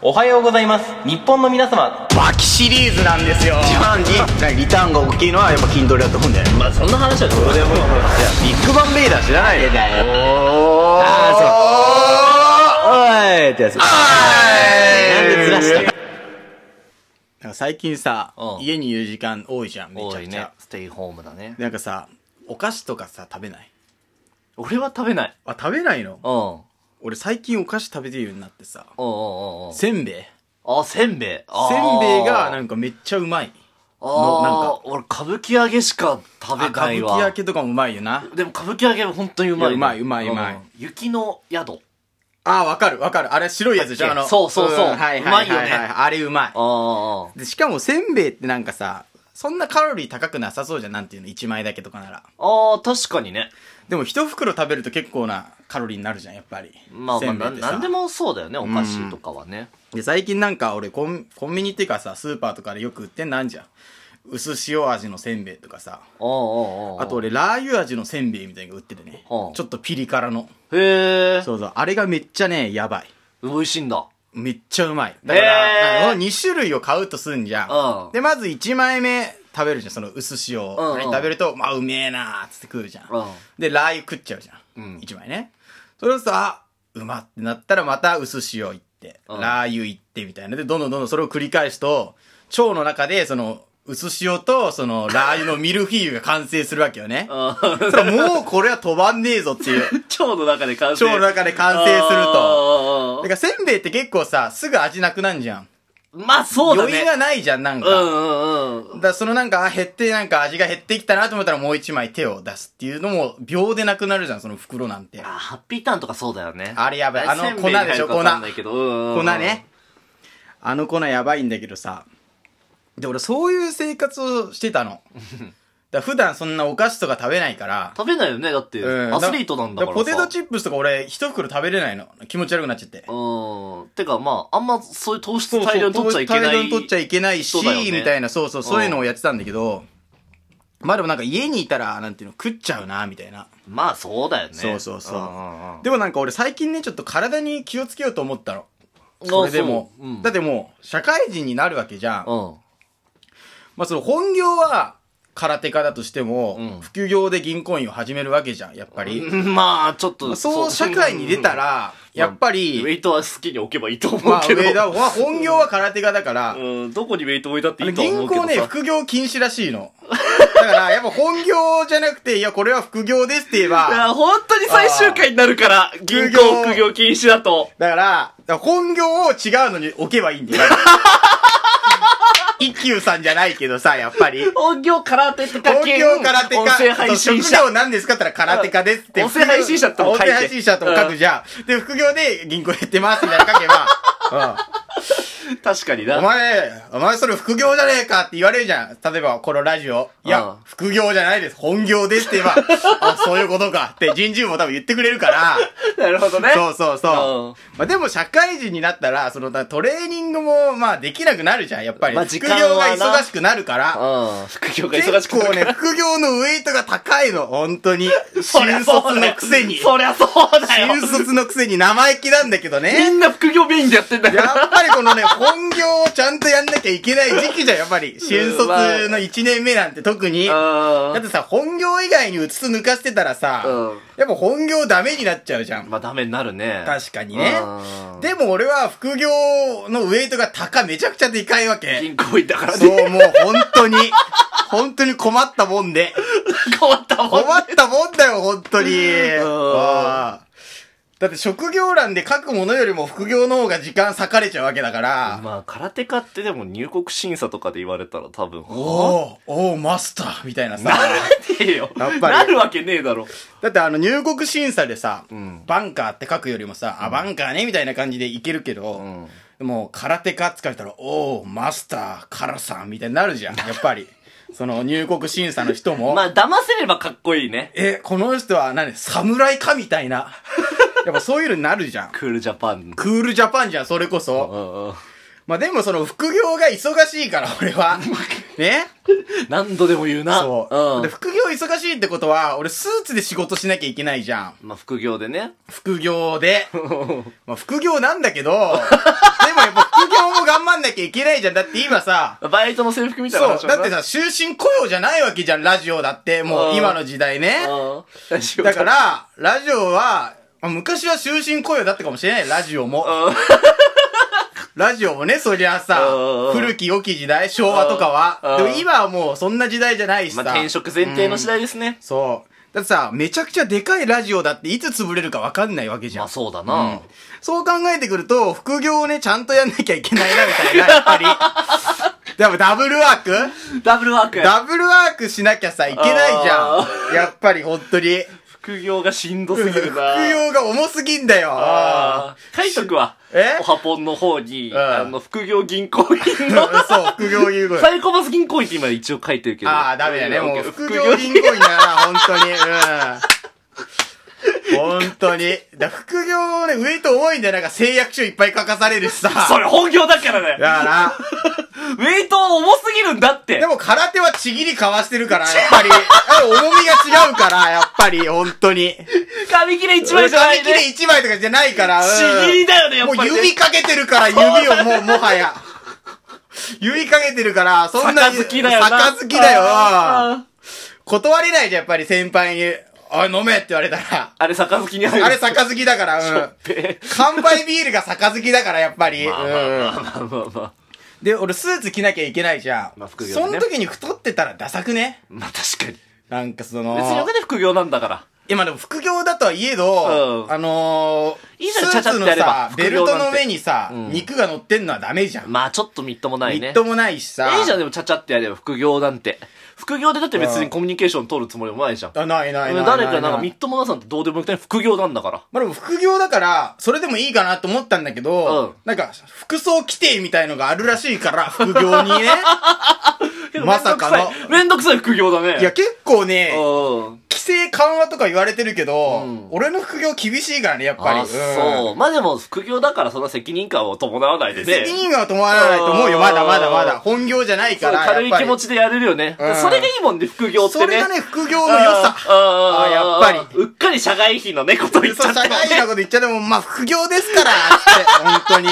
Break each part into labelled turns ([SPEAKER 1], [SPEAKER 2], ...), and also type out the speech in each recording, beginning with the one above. [SPEAKER 1] おはようございます日本の皆様
[SPEAKER 2] バキシリーズなんですよ
[SPEAKER 3] 一番にリターンが大きいのはやっぱ Kindle だと思うんだよね
[SPEAKER 1] まあそんな話はどうでもいい
[SPEAKER 3] ビッグバンベイダー知らないよ
[SPEAKER 1] だよ
[SPEAKER 3] ああそうおーいってやつなんでずらしたなんか最近さ、
[SPEAKER 1] うん
[SPEAKER 3] 家にいる時間多いじゃんめち
[SPEAKER 1] 多
[SPEAKER 3] ゃく
[SPEAKER 1] い
[SPEAKER 3] ちゃ、
[SPEAKER 1] ねステイホームだね
[SPEAKER 3] なんかさお菓子とかさ食べない
[SPEAKER 1] 俺は食べない
[SPEAKER 3] あ食べないの
[SPEAKER 1] うんうん
[SPEAKER 3] 俺最近お菓子食べてるようになってさ
[SPEAKER 1] うんうんうん
[SPEAKER 3] せんべい
[SPEAKER 1] あせんべいあ
[SPEAKER 3] せ
[SPEAKER 1] ー
[SPEAKER 3] んべいがなんかめっちゃうまいのなん
[SPEAKER 1] あ
[SPEAKER 3] か
[SPEAKER 1] あ俺歌舞伎揚げしか食べ
[SPEAKER 3] あ歌
[SPEAKER 1] な
[SPEAKER 3] 舞
[SPEAKER 1] い
[SPEAKER 3] 伎
[SPEAKER 1] わ
[SPEAKER 3] 焼けとかもうまいよな
[SPEAKER 1] でも歌舞伎揚げは本当にうまいね
[SPEAKER 3] いやうまいうまいうまい
[SPEAKER 1] ん雪の宿
[SPEAKER 3] あーわかるわかるあれ白いやつじゃんあ
[SPEAKER 1] だっ
[SPEAKER 3] の
[SPEAKER 1] けそうそうそうん
[SPEAKER 3] はいはいは
[SPEAKER 1] うま
[SPEAKER 3] はいい
[SPEAKER 1] よ
[SPEAKER 3] は
[SPEAKER 1] ね
[SPEAKER 3] いあれうまい
[SPEAKER 1] あ
[SPEAKER 3] でしかもせんべいってなんかさそんなカロリー高くなさそうじゃんなんていうの1枚だけとかなら
[SPEAKER 1] あああ確かにね
[SPEAKER 3] でも一袋食べると結構なカロリーになるじゃんやっぱり
[SPEAKER 1] まあま
[SPEAKER 3] せ
[SPEAKER 1] あ
[SPEAKER 3] んべい
[SPEAKER 1] な
[SPEAKER 3] ってさ
[SPEAKER 1] なんでもそうだよねお菓子とかはね
[SPEAKER 3] で最近なんか俺コンコンビニっていうかさスーパーとかでよく売ってんなんじゃん薄塩味のせんべいとか
[SPEAKER 1] ああ
[SPEAKER 3] さ
[SPEAKER 1] ああ
[SPEAKER 3] あと俺ラー油味のせんべいみたいなのが売っててねち
[SPEAKER 1] は
[SPEAKER 3] ょ
[SPEAKER 1] あ
[SPEAKER 3] っとピリ辛の
[SPEAKER 1] へえ
[SPEAKER 3] そうそうあれがめっちゃねやばい
[SPEAKER 1] 美味しいんだ
[SPEAKER 3] めっちゃうまいだか
[SPEAKER 1] へ
[SPEAKER 3] ら、
[SPEAKER 1] ー
[SPEAKER 3] なんかこの2種類を買うとすんじゃん、
[SPEAKER 1] うん
[SPEAKER 3] でまず1枚目食べるじゃんその薄塩を、
[SPEAKER 1] うんうん
[SPEAKER 3] 食べるとまあうめえなーっつって食うじゃん、
[SPEAKER 1] うん
[SPEAKER 3] でラー油食っちゃうじゃん、
[SPEAKER 1] うん
[SPEAKER 3] 1枚ねそれをさうまってなったらまた薄塩いって、
[SPEAKER 1] うん
[SPEAKER 3] ラー油いってみたいなでどんどんどんどんそれを繰り返すと腸の中でその薄塩とそのラー油のミルフィーユが完成するわけよね
[SPEAKER 1] 腸
[SPEAKER 3] そしたらもうこれは止まんねえぞ っていう
[SPEAKER 1] の中で完成
[SPEAKER 3] 成腸の中で完成するだ
[SPEAKER 1] と
[SPEAKER 3] からせんべいって結構さすぐ味なくなんじゃん
[SPEAKER 1] まあそうだね
[SPEAKER 3] 余裕がないじゃん、なん
[SPEAKER 1] う
[SPEAKER 3] か。
[SPEAKER 1] んうんうん
[SPEAKER 3] だからそのなんか、あ減って、なんか味が減ってきたなと思ったらもう一枚手を出すっていうのも、秒でなくなるじゃん、その袋なんて
[SPEAKER 1] あ。ハッピーターンとかそうだよね
[SPEAKER 3] あれやばいあの
[SPEAKER 1] せんべに入る
[SPEAKER 3] 粉でしょ
[SPEAKER 1] かわかんないけどうんうんう
[SPEAKER 3] 粉
[SPEAKER 1] ん
[SPEAKER 3] ね。あの粉やばいんだけどさ。で、俺そういう生活をして たの。だから普段そんなお菓子とか食べないから。
[SPEAKER 1] 食べないよねだって
[SPEAKER 3] うん
[SPEAKER 1] アスリートなんだからさ
[SPEAKER 3] ポテトチップスとか俺一袋食べれないの。気持ち悪くなっちゃって。
[SPEAKER 1] うんてかまああんまそういう糖
[SPEAKER 3] そう
[SPEAKER 1] 質
[SPEAKER 3] そう
[SPEAKER 1] 大量に取っちゃいけない
[SPEAKER 3] 大量に取っちゃいけない
[SPEAKER 1] そ
[SPEAKER 3] し、
[SPEAKER 1] うだよね
[SPEAKER 3] みたいな、そうそう、そういうのをやってたんだけど、まあでもなんか家にいたら、なんていうの、食っちゃうな、みたいな。
[SPEAKER 1] まあそうだよね
[SPEAKER 3] そうそうそうん
[SPEAKER 1] んうん
[SPEAKER 3] でもなんか俺最近ね、ちょっと体に気をつけようと思ったの。それでも
[SPEAKER 1] そううん。
[SPEAKER 3] だってもう、社会人になるわけじゃん。
[SPEAKER 1] うん
[SPEAKER 3] まあその本業は、空手家だとして
[SPEAKER 1] うん
[SPEAKER 3] も、副業で銀行員を始めるわけじゃん、やっぱり。
[SPEAKER 1] うんまあ、ちょっと。
[SPEAKER 3] そう、社会に出た
[SPEAKER 1] うん、
[SPEAKER 3] ら、やっぱ
[SPEAKER 1] ウェ
[SPEAKER 3] り、
[SPEAKER 1] イトは好きに置けばいいと思う
[SPEAKER 3] まあ
[SPEAKER 1] けど。
[SPEAKER 3] 上田は、本業は空手家だから、
[SPEAKER 1] うん、どこにウェイト置いたって
[SPEAKER 3] あ
[SPEAKER 1] い
[SPEAKER 3] の
[SPEAKER 1] いと思
[SPEAKER 3] 銀
[SPEAKER 1] うけど
[SPEAKER 3] 行
[SPEAKER 1] さ。
[SPEAKER 3] ね、副業禁止らしいの。だから、やっぱ本業じゃなくて、いや、これは副業ですって言えば、
[SPEAKER 1] い
[SPEAKER 3] だ
[SPEAKER 1] や、本当に最終回になるから、銀
[SPEAKER 3] 副
[SPEAKER 1] 行
[SPEAKER 3] 業
[SPEAKER 1] 副業禁止だと。
[SPEAKER 3] から、だから本業を違うのに置けばいいん だよ。一休さんじゃないけどさ、やっぱり。
[SPEAKER 1] 本業空手とか
[SPEAKER 3] 本業空手家。
[SPEAKER 1] 音声配信者
[SPEAKER 3] 職。業何ですかって言ったら空手家ですって。
[SPEAKER 1] 音声配信者っても書いて
[SPEAKER 3] 音声配信者とも書くじゃん。で、副業で銀行やってますみたいなの書けば、うん
[SPEAKER 1] 確かにな。
[SPEAKER 3] お前、お前それ副業じゃねえかって言われるじゃん。例えば、このラジオ。いや、
[SPEAKER 1] うん
[SPEAKER 3] 副業じゃないです。本業ですって言え ば、あ、そういうことかって人事部も多分言ってくれるから。
[SPEAKER 1] なるほどね。
[SPEAKER 3] そうそうそうう。まあでも社会人になったら、そのトレーニングも、まあできなくなるじゃん、やっぱり。
[SPEAKER 1] まあ時
[SPEAKER 3] 副
[SPEAKER 1] 間
[SPEAKER 3] 業
[SPEAKER 1] は
[SPEAKER 3] が
[SPEAKER 1] な
[SPEAKER 3] 忙しくなるから。
[SPEAKER 1] うん。副業が
[SPEAKER 3] 結
[SPEAKER 1] 忙しくな
[SPEAKER 3] 構ね、
[SPEAKER 1] るから。
[SPEAKER 3] 副業のウェイトが高いの、本当に。
[SPEAKER 1] そりゃ
[SPEAKER 3] 新
[SPEAKER 1] そう
[SPEAKER 3] 卒
[SPEAKER 1] だよ
[SPEAKER 3] のくせに。
[SPEAKER 1] そりゃそうだよ。
[SPEAKER 3] 新卒のくせに生意気なんだ けどね。
[SPEAKER 1] みんな副業メインでやってんだか
[SPEAKER 3] や
[SPEAKER 1] ら。
[SPEAKER 3] っぱりこのね、本業をちゃんとやんなきゃいけない時期じゃん、やっぱり。新卒の1年目なんて特に。だ
[SPEAKER 1] う
[SPEAKER 3] っ
[SPEAKER 1] ん。
[SPEAKER 3] てさ、本業以外にうつつ抜かしてたらさ、
[SPEAKER 1] うん
[SPEAKER 3] やっぱ本業ダメになっちゃうじゃん。
[SPEAKER 1] まあ、ダメになるね。
[SPEAKER 3] 確かにね
[SPEAKER 1] うん。
[SPEAKER 3] でも俺は副業のウェイトが高、めちゃくちゃでかいわけ。
[SPEAKER 1] 銀行員だから
[SPEAKER 3] そ
[SPEAKER 1] ね。
[SPEAKER 3] う、もう本当に。本当に困ったもんで。
[SPEAKER 1] 変わったもんね。
[SPEAKER 3] 困ったもんだよ、本当に。
[SPEAKER 1] ん
[SPEAKER 3] ああだって職業欄で書くものよりも副業の方が時間割かれちゃうわけだから。
[SPEAKER 1] まあ、空手家ってでも入国審査とかで言われたら多分、お
[SPEAKER 3] おーおーマスターみたいなさ。
[SPEAKER 1] ねえよ。
[SPEAKER 3] やっぱり
[SPEAKER 1] なるわけねえだろ。
[SPEAKER 3] だってあの入国審査でさ、
[SPEAKER 1] ん
[SPEAKER 3] バンカーって書くよりもさ、あ、バンカーねみたいな感じでいけるけど、
[SPEAKER 1] ん
[SPEAKER 3] でも空手家って書いたら、おーマスター、カラさんみたいにな るじゃん、やっぱり。その入国審査の人も、
[SPEAKER 1] まあ、騙せればかっこいいね。
[SPEAKER 3] え、この人は何、侍かみたいな。やっぱそういうのになるじゃん。
[SPEAKER 1] クールジャパン。
[SPEAKER 3] クールジャパンじゃん、それこ
[SPEAKER 1] う
[SPEAKER 3] そ。
[SPEAKER 1] んうん
[SPEAKER 3] まあでもその副業が忙しいから、俺は。ね
[SPEAKER 1] 何度でも言うな。
[SPEAKER 3] そう。
[SPEAKER 1] ん
[SPEAKER 3] で、副業忙しいってことは、俺スーツで仕事しなきゃいけないじゃん。
[SPEAKER 1] まあ、副業でね。
[SPEAKER 3] 副業で。まあ、副業なんだけど、でもやっぱ副なきゃいけないじゃん。だって今さ、
[SPEAKER 1] バイトの制服みたいな
[SPEAKER 3] そ
[SPEAKER 1] 話
[SPEAKER 3] う、
[SPEAKER 1] もな
[SPEAKER 3] だってさ、終身雇用じゃないわけじゃん、ラジオだって。も
[SPEAKER 1] あ
[SPEAKER 3] う
[SPEAKER 1] ー
[SPEAKER 3] 今の時代ね。
[SPEAKER 1] ああラジオ
[SPEAKER 3] だから、ラジオは、まあ昔は終身雇用だったかもしれない、ラジオも。
[SPEAKER 1] あ
[SPEAKER 3] ラジオもね、そりゃさ
[SPEAKER 1] うん、
[SPEAKER 3] 古き良き時代、昭和とかは。
[SPEAKER 1] う
[SPEAKER 3] で
[SPEAKER 1] ん
[SPEAKER 3] も今はもうそんな時代じゃないし
[SPEAKER 1] ま
[SPEAKER 3] さ。
[SPEAKER 1] あ転職前提の時代ですね、
[SPEAKER 3] そう。だってさ、めちゃくちゃでかいラジオだっていつ潰れるかわかんないわけじゃ
[SPEAKER 1] まあ。
[SPEAKER 3] ん
[SPEAKER 1] そうだ
[SPEAKER 3] う、
[SPEAKER 1] なん
[SPEAKER 3] そう考えてくると、副業をね、ちゃんとやんなきゃいけないな、みたいな、やっぱり。でもダブルワーク
[SPEAKER 1] ダブルワークや
[SPEAKER 3] ダブルワークしなきゃさ、いけないじ
[SPEAKER 1] あ
[SPEAKER 3] ゃん。やっぱり、本当に。
[SPEAKER 1] 副業がしんどすぎ
[SPEAKER 3] 副
[SPEAKER 1] るな
[SPEAKER 3] 業が重すぎんだよ。
[SPEAKER 1] ああ書いとくわ
[SPEAKER 3] え
[SPEAKER 1] おはぽんの方に、
[SPEAKER 3] うん
[SPEAKER 1] あの副業銀行員の
[SPEAKER 3] そう、副業優遇。
[SPEAKER 1] サイコパス銀行員って今一応書いてるけど
[SPEAKER 3] ああ、ダメだね。
[SPEAKER 1] ん
[SPEAKER 3] もう、
[SPEAKER 1] オッケー
[SPEAKER 3] 副業銀行員だな、本当に。 うん。本当に。だ副業ね、上と重いんだよ。なんか誓約書いっぱい書かされるし さ。
[SPEAKER 1] それ本業だから
[SPEAKER 3] だ
[SPEAKER 1] ね
[SPEAKER 3] から、
[SPEAKER 1] ウェイト重すぎるんだって
[SPEAKER 3] でも空手はちぎりかわしてるから、やっぱり。あ重みが違うから、やっぱり、本当に。
[SPEAKER 1] 紙切れ一枚じゃない
[SPEAKER 3] 紙切
[SPEAKER 1] ね
[SPEAKER 3] れ一枚とかじゃないから。うん
[SPEAKER 1] ちぎりだよねやっぱりね
[SPEAKER 3] もう指かけてるから、指をもう、も はや。指かけてるから、そんな
[SPEAKER 1] 杯だよな
[SPEAKER 3] 杯だよ。
[SPEAKER 1] あー
[SPEAKER 3] 断れないじゃん、やっぱり先輩に。おい、飲めって言われたら。
[SPEAKER 1] あれ杯に入る
[SPEAKER 3] あれ、杯だから、うん。
[SPEAKER 1] え
[SPEAKER 3] 乾杯ビールが杯だから、やっぱ り。
[SPEAKER 1] まあまあ
[SPEAKER 3] うん
[SPEAKER 1] まあまあまあまあ
[SPEAKER 3] で、俺、スーツ着なきゃいけないじゃん。
[SPEAKER 1] まあ副業
[SPEAKER 3] そ
[SPEAKER 1] で
[SPEAKER 3] の
[SPEAKER 1] ね
[SPEAKER 3] 時に太ってたらダサくね
[SPEAKER 1] まあ確かに
[SPEAKER 3] なんかその。
[SPEAKER 1] 別にお金副業なんだから
[SPEAKER 3] 今でも副業だとはいえど、
[SPEAKER 1] うん
[SPEAKER 3] あのー、
[SPEAKER 1] いいじゃん
[SPEAKER 3] スーツの
[SPEAKER 1] ちゃちゃってやれば
[SPEAKER 3] さ、ベ
[SPEAKER 1] 副
[SPEAKER 3] ル
[SPEAKER 1] 業なんて
[SPEAKER 3] トの上にさ、
[SPEAKER 1] うん
[SPEAKER 3] 肉が乗ってんのはダメじゃん。
[SPEAKER 1] まあちょっとみっともない
[SPEAKER 3] み
[SPEAKER 1] ね
[SPEAKER 3] っともないしさ。
[SPEAKER 1] いいじゃん、でも、ちゃちゃってやれば、副業なんて。副業でだって別
[SPEAKER 3] うん
[SPEAKER 1] にコミュニケーション取るつもりもないじゃん。
[SPEAKER 3] あないないないない
[SPEAKER 1] 誰かなんか、みっともなさんってどうでもよくない副業なんだから。
[SPEAKER 3] まあでも副業だから、それでもいいかなと思ったんだけど、
[SPEAKER 1] うん
[SPEAKER 3] なんか、服装規定みたいのがあるらしいから、副 業にね。まさかの。
[SPEAKER 1] めんどくさい副業だね。
[SPEAKER 3] いや、結構ね、
[SPEAKER 1] うん。
[SPEAKER 3] 規制緩和とか言われてるけど、
[SPEAKER 1] うん
[SPEAKER 3] 俺の副業厳しいからね、やっぱり。
[SPEAKER 1] あ、そう。まあでも、副業だからそんな責任感を伴わないで
[SPEAKER 3] うん
[SPEAKER 1] ね。
[SPEAKER 3] 責任は伴わないと思うよ、
[SPEAKER 1] うん
[SPEAKER 3] まだまだまだ。本業じゃない
[SPEAKER 1] そ
[SPEAKER 3] か
[SPEAKER 1] う
[SPEAKER 3] ら。
[SPEAKER 1] 軽い
[SPEAKER 3] やっぱ
[SPEAKER 1] 気
[SPEAKER 3] り
[SPEAKER 1] 持ちでやれるよね。
[SPEAKER 3] うん
[SPEAKER 1] それがいいもんで、副業ってね。
[SPEAKER 3] それがね、副業
[SPEAKER 1] うん、
[SPEAKER 3] の良さ。
[SPEAKER 1] あ
[SPEAKER 3] あーやっぱり
[SPEAKER 1] うっかり社外費のね、こと言っち
[SPEAKER 3] そ
[SPEAKER 1] ゃ
[SPEAKER 3] う、
[SPEAKER 1] った
[SPEAKER 3] 社
[SPEAKER 1] よ
[SPEAKER 3] 会人
[SPEAKER 1] ね。
[SPEAKER 3] なこと言っちゃでも、まあ、副業ですから、つって、本当に。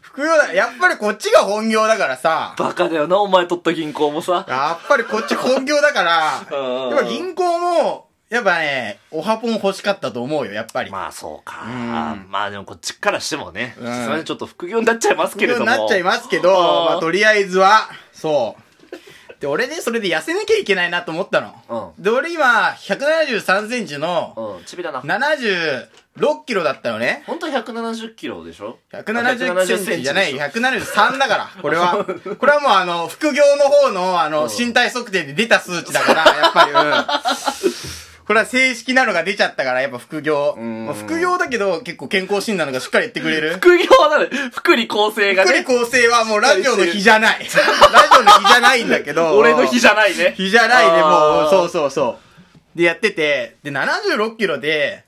[SPEAKER 3] 副業だ、やっぱりこっちが本業だからさ、
[SPEAKER 1] バカだよな、お前取った銀行もさ。
[SPEAKER 3] やっぱりこっち本業だから、
[SPEAKER 1] うん
[SPEAKER 3] やっぱ銀行も、やっぱね、おはぽん欲しかったと思うよ、やっぱり。
[SPEAKER 1] まあそうか。
[SPEAKER 3] うん
[SPEAKER 1] まあでもこっちからしてもね、
[SPEAKER 3] うん
[SPEAKER 1] すいませんちょっと副業になっちゃいますけれども。
[SPEAKER 3] なっちゃいますけど、
[SPEAKER 1] あー
[SPEAKER 3] まあ、とりあえずは、そう。で、俺ね、それで痩せなきゃいけないなと思ったの。で、俺今、173センチの、
[SPEAKER 1] うん、ちびだな。
[SPEAKER 3] 76キロだったのね。
[SPEAKER 1] 本当170キロでしょ
[SPEAKER 3] 170センチじゃない、
[SPEAKER 1] 170
[SPEAKER 3] 173だから、これは。これはもうあの、副業の方の、あの、身体測定で出た数値だから、やっぱり、うん。これは正式なのが出ちゃったから、やっぱ副業。
[SPEAKER 1] ん
[SPEAKER 3] まあ副業だけど、結構健康診断とかしっかり言ってくれる。
[SPEAKER 1] 副業はなの福利厚生が
[SPEAKER 3] 福利
[SPEAKER 1] ね、
[SPEAKER 3] 厚生はもうラジオの日じゃ ない。ラジオの日じゃないんだけ ど。
[SPEAKER 1] 俺の日
[SPEAKER 3] じゃ
[SPEAKER 1] じゃないね。
[SPEAKER 3] 日じゃないね、も
[SPEAKER 1] あ
[SPEAKER 3] う。
[SPEAKER 1] ー
[SPEAKER 3] そうそうそう。で、やってて、で、76キロで、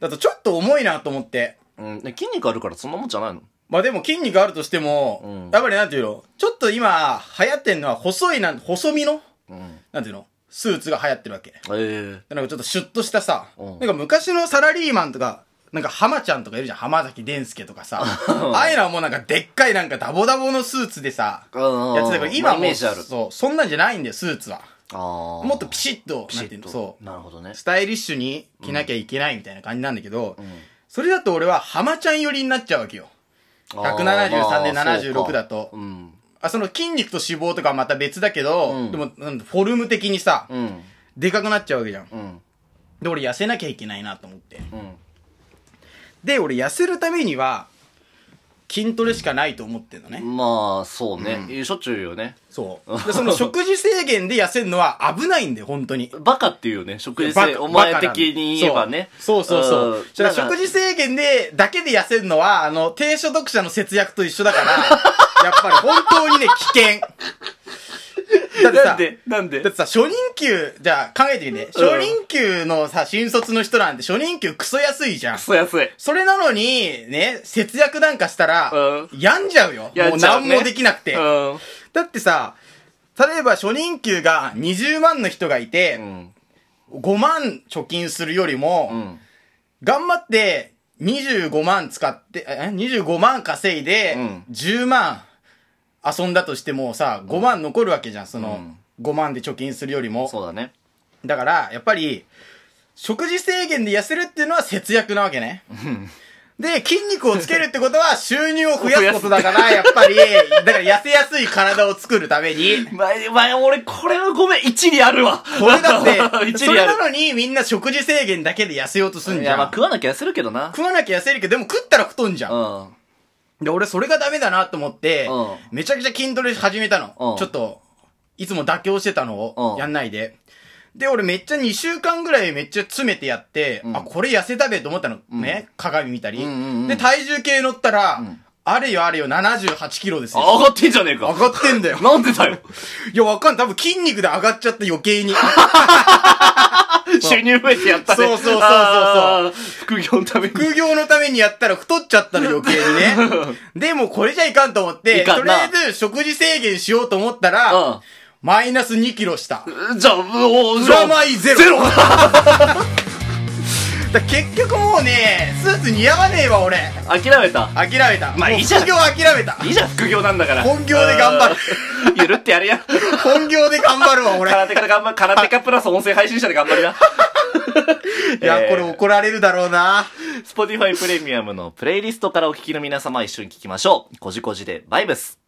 [SPEAKER 3] だとちょっと重いなと思って。
[SPEAKER 1] うん、ね筋肉あるからそんなもんじゃないの
[SPEAKER 3] まあでも筋肉あるとしても、
[SPEAKER 1] うん
[SPEAKER 3] やっぱりなんていうのちょっと今、流行ってんのは細いなん、細身の、
[SPEAKER 1] うん。
[SPEAKER 3] なんていうのスーツが流行ってるわけ。
[SPEAKER 1] え
[SPEAKER 3] なんかちょっとシュッとしたさ、
[SPEAKER 1] うん
[SPEAKER 3] なんか昔のサラリーマンとか、なんか浜ちゃんとかいるじゃん。浜崎伝介とかさ。ああいうのはもうなんかでっかいなんかダボダボのスーツでさ、
[SPEAKER 1] えー。
[SPEAKER 3] やってたけど、今
[SPEAKER 1] まあ
[SPEAKER 3] も
[SPEAKER 1] イ
[SPEAKER 3] う
[SPEAKER 1] メージある。
[SPEAKER 3] そう、そんなんじゃないんだよ、スーツは。
[SPEAKER 1] あー
[SPEAKER 3] もっとピシッと、
[SPEAKER 1] ピ
[SPEAKER 3] な
[SPEAKER 1] シ
[SPEAKER 3] んていう
[SPEAKER 1] ッ
[SPEAKER 3] の
[SPEAKER 1] と。
[SPEAKER 3] そ
[SPEAKER 1] なるほどね
[SPEAKER 3] う、。スタイリッシュに着なきゃいけないみたいな感じなんだけど、
[SPEAKER 1] ん
[SPEAKER 3] それだと俺は浜ちゃん寄りになっちゃうわけよ。173で76だ
[SPEAKER 1] と。
[SPEAKER 3] と
[SPEAKER 1] そ。うかうん。
[SPEAKER 3] あ、その筋肉と脂肪とかはまた別だけど、
[SPEAKER 1] うん
[SPEAKER 3] でも、なんだフォルム的にさ、
[SPEAKER 1] うん。
[SPEAKER 3] でかくなっちゃうわけじゃん。
[SPEAKER 1] うん。
[SPEAKER 3] で、俺痩せなきゃいけないなと思って。
[SPEAKER 1] うん。
[SPEAKER 3] で、俺痩せるためには、筋トレしかないと思ってんのね。
[SPEAKER 1] まあ、そうね。えーしょっちゅう言うよね。
[SPEAKER 3] そう。で、その食事制限で痩せるのは危ないんだよ、本当に。
[SPEAKER 1] バカっていうよね。食事
[SPEAKER 3] バ
[SPEAKER 1] 制、
[SPEAKER 3] カ
[SPEAKER 1] お前的に言えばね。
[SPEAKER 3] そうそうそうそう。だ
[SPEAKER 1] ん
[SPEAKER 3] から食事制限で、だけで痩せるのは、あの、低所得者の節約と一緒 だから、やっぱり本当にね、危険。だって
[SPEAKER 1] な
[SPEAKER 3] さ
[SPEAKER 1] ん、でなんで
[SPEAKER 3] だってさ、初任給、じゃあ考えてみて。初任給のさ、新卒の人なんて初任給クソ安いじゃん
[SPEAKER 1] ク。ソ安い。
[SPEAKER 3] それなのに、ね、節約なんかしたら、
[SPEAKER 1] う
[SPEAKER 3] 病んじゃうよ。も
[SPEAKER 1] や
[SPEAKER 3] う
[SPEAKER 1] っちゃ
[SPEAKER 3] 何
[SPEAKER 1] ね
[SPEAKER 3] もできなくて。
[SPEAKER 1] うん。
[SPEAKER 3] だってさ、例えば初任給が20万の人がいて、
[SPEAKER 1] うん。
[SPEAKER 3] 5万貯金するよりも、
[SPEAKER 1] うん。
[SPEAKER 3] 頑張って25万使って、え ?25 万稼いで
[SPEAKER 1] うん、
[SPEAKER 3] 10万遊んだとしてもさ、5万残るわけじゃん、その、5万で貯金するよりも。
[SPEAKER 1] そうだね。
[SPEAKER 3] だから、やっぱり、食事制限で痩せるっていうのは節約なわけね。で、筋肉をつけるってこと は収入を増やすことだから、やっぱり、だから痩せやすい体を作るため に、
[SPEAKER 1] 前、前、俺、これはごめん、一理あるわ。
[SPEAKER 3] これだって、
[SPEAKER 1] 一
[SPEAKER 3] そ
[SPEAKER 1] 理
[SPEAKER 3] れ
[SPEAKER 1] あ
[SPEAKER 3] な
[SPEAKER 1] る。
[SPEAKER 3] のにみんな食事制限だけで痩せようとすん
[SPEAKER 1] い
[SPEAKER 3] じゃ
[SPEAKER 1] や、
[SPEAKER 3] ん。
[SPEAKER 1] まあ、食わなきゃ痩せるけどな。
[SPEAKER 3] 食わなきゃ痩せるけど、でも食ったら太んじゃ。
[SPEAKER 1] うんん。
[SPEAKER 3] で、俺それがダメだなと思って
[SPEAKER 1] うん、
[SPEAKER 3] めちゃくちゃ筋トレ始めた
[SPEAKER 1] う
[SPEAKER 3] の
[SPEAKER 1] ん。
[SPEAKER 3] ちょっと、いつも妥協してたの
[SPEAKER 1] う
[SPEAKER 3] を
[SPEAKER 1] ん
[SPEAKER 3] やんないで。で、俺めっちゃ2週間ぐらいめっちゃ詰めてやって、
[SPEAKER 1] ん
[SPEAKER 3] あ、これ痩せたべと思ったのね。鏡見たり
[SPEAKER 1] うんうんう。ん
[SPEAKER 3] で、体重計乗ったら、あれよあれよ78キロですよ。
[SPEAKER 1] あ上がってんじゃねえ
[SPEAKER 3] 上
[SPEAKER 1] か。
[SPEAKER 3] がってんだよ。
[SPEAKER 1] なんでだよ。
[SPEAKER 3] いや、わかんない。多分筋肉で上がっちゃった余計に。
[SPEAKER 1] 収入増えてやったね。
[SPEAKER 3] そうそうそうそうそう
[SPEAKER 1] あー副業のために。
[SPEAKER 3] 副業のためにやったら太っちゃったら余計にね。でもこれじゃいかんと思って、
[SPEAKER 1] いか
[SPEAKER 3] と
[SPEAKER 1] ん
[SPEAKER 3] り
[SPEAKER 1] な
[SPEAKER 3] あえず食事制限しようと思ったら、
[SPEAKER 1] う
[SPEAKER 3] マイナス2キロした。
[SPEAKER 1] ん。じゃあ、もう、
[SPEAKER 3] プラマイゼロ
[SPEAKER 1] ゼロ
[SPEAKER 3] だから結局もうね、スーツ似合わねえわ俺。
[SPEAKER 1] 諦めた。
[SPEAKER 3] 諦めた。
[SPEAKER 1] まあ
[SPEAKER 3] もう
[SPEAKER 1] いいじゃん
[SPEAKER 3] 副業諦めた。
[SPEAKER 1] いいじゃん、副業なんだから。
[SPEAKER 3] 本業で頑張る
[SPEAKER 1] うん。ゆるってやれや。
[SPEAKER 3] 本業で頑張る わ俺。
[SPEAKER 1] 空手家で頑張る。空手家プラス音声配信者で頑張りな。
[SPEAKER 3] いや、
[SPEAKER 1] えー
[SPEAKER 3] これ怒られるだろうな。
[SPEAKER 1] Spotify プレミアムのプレイリストからお聞きの皆様一緒に聞きましょう。こじこじでバイブス。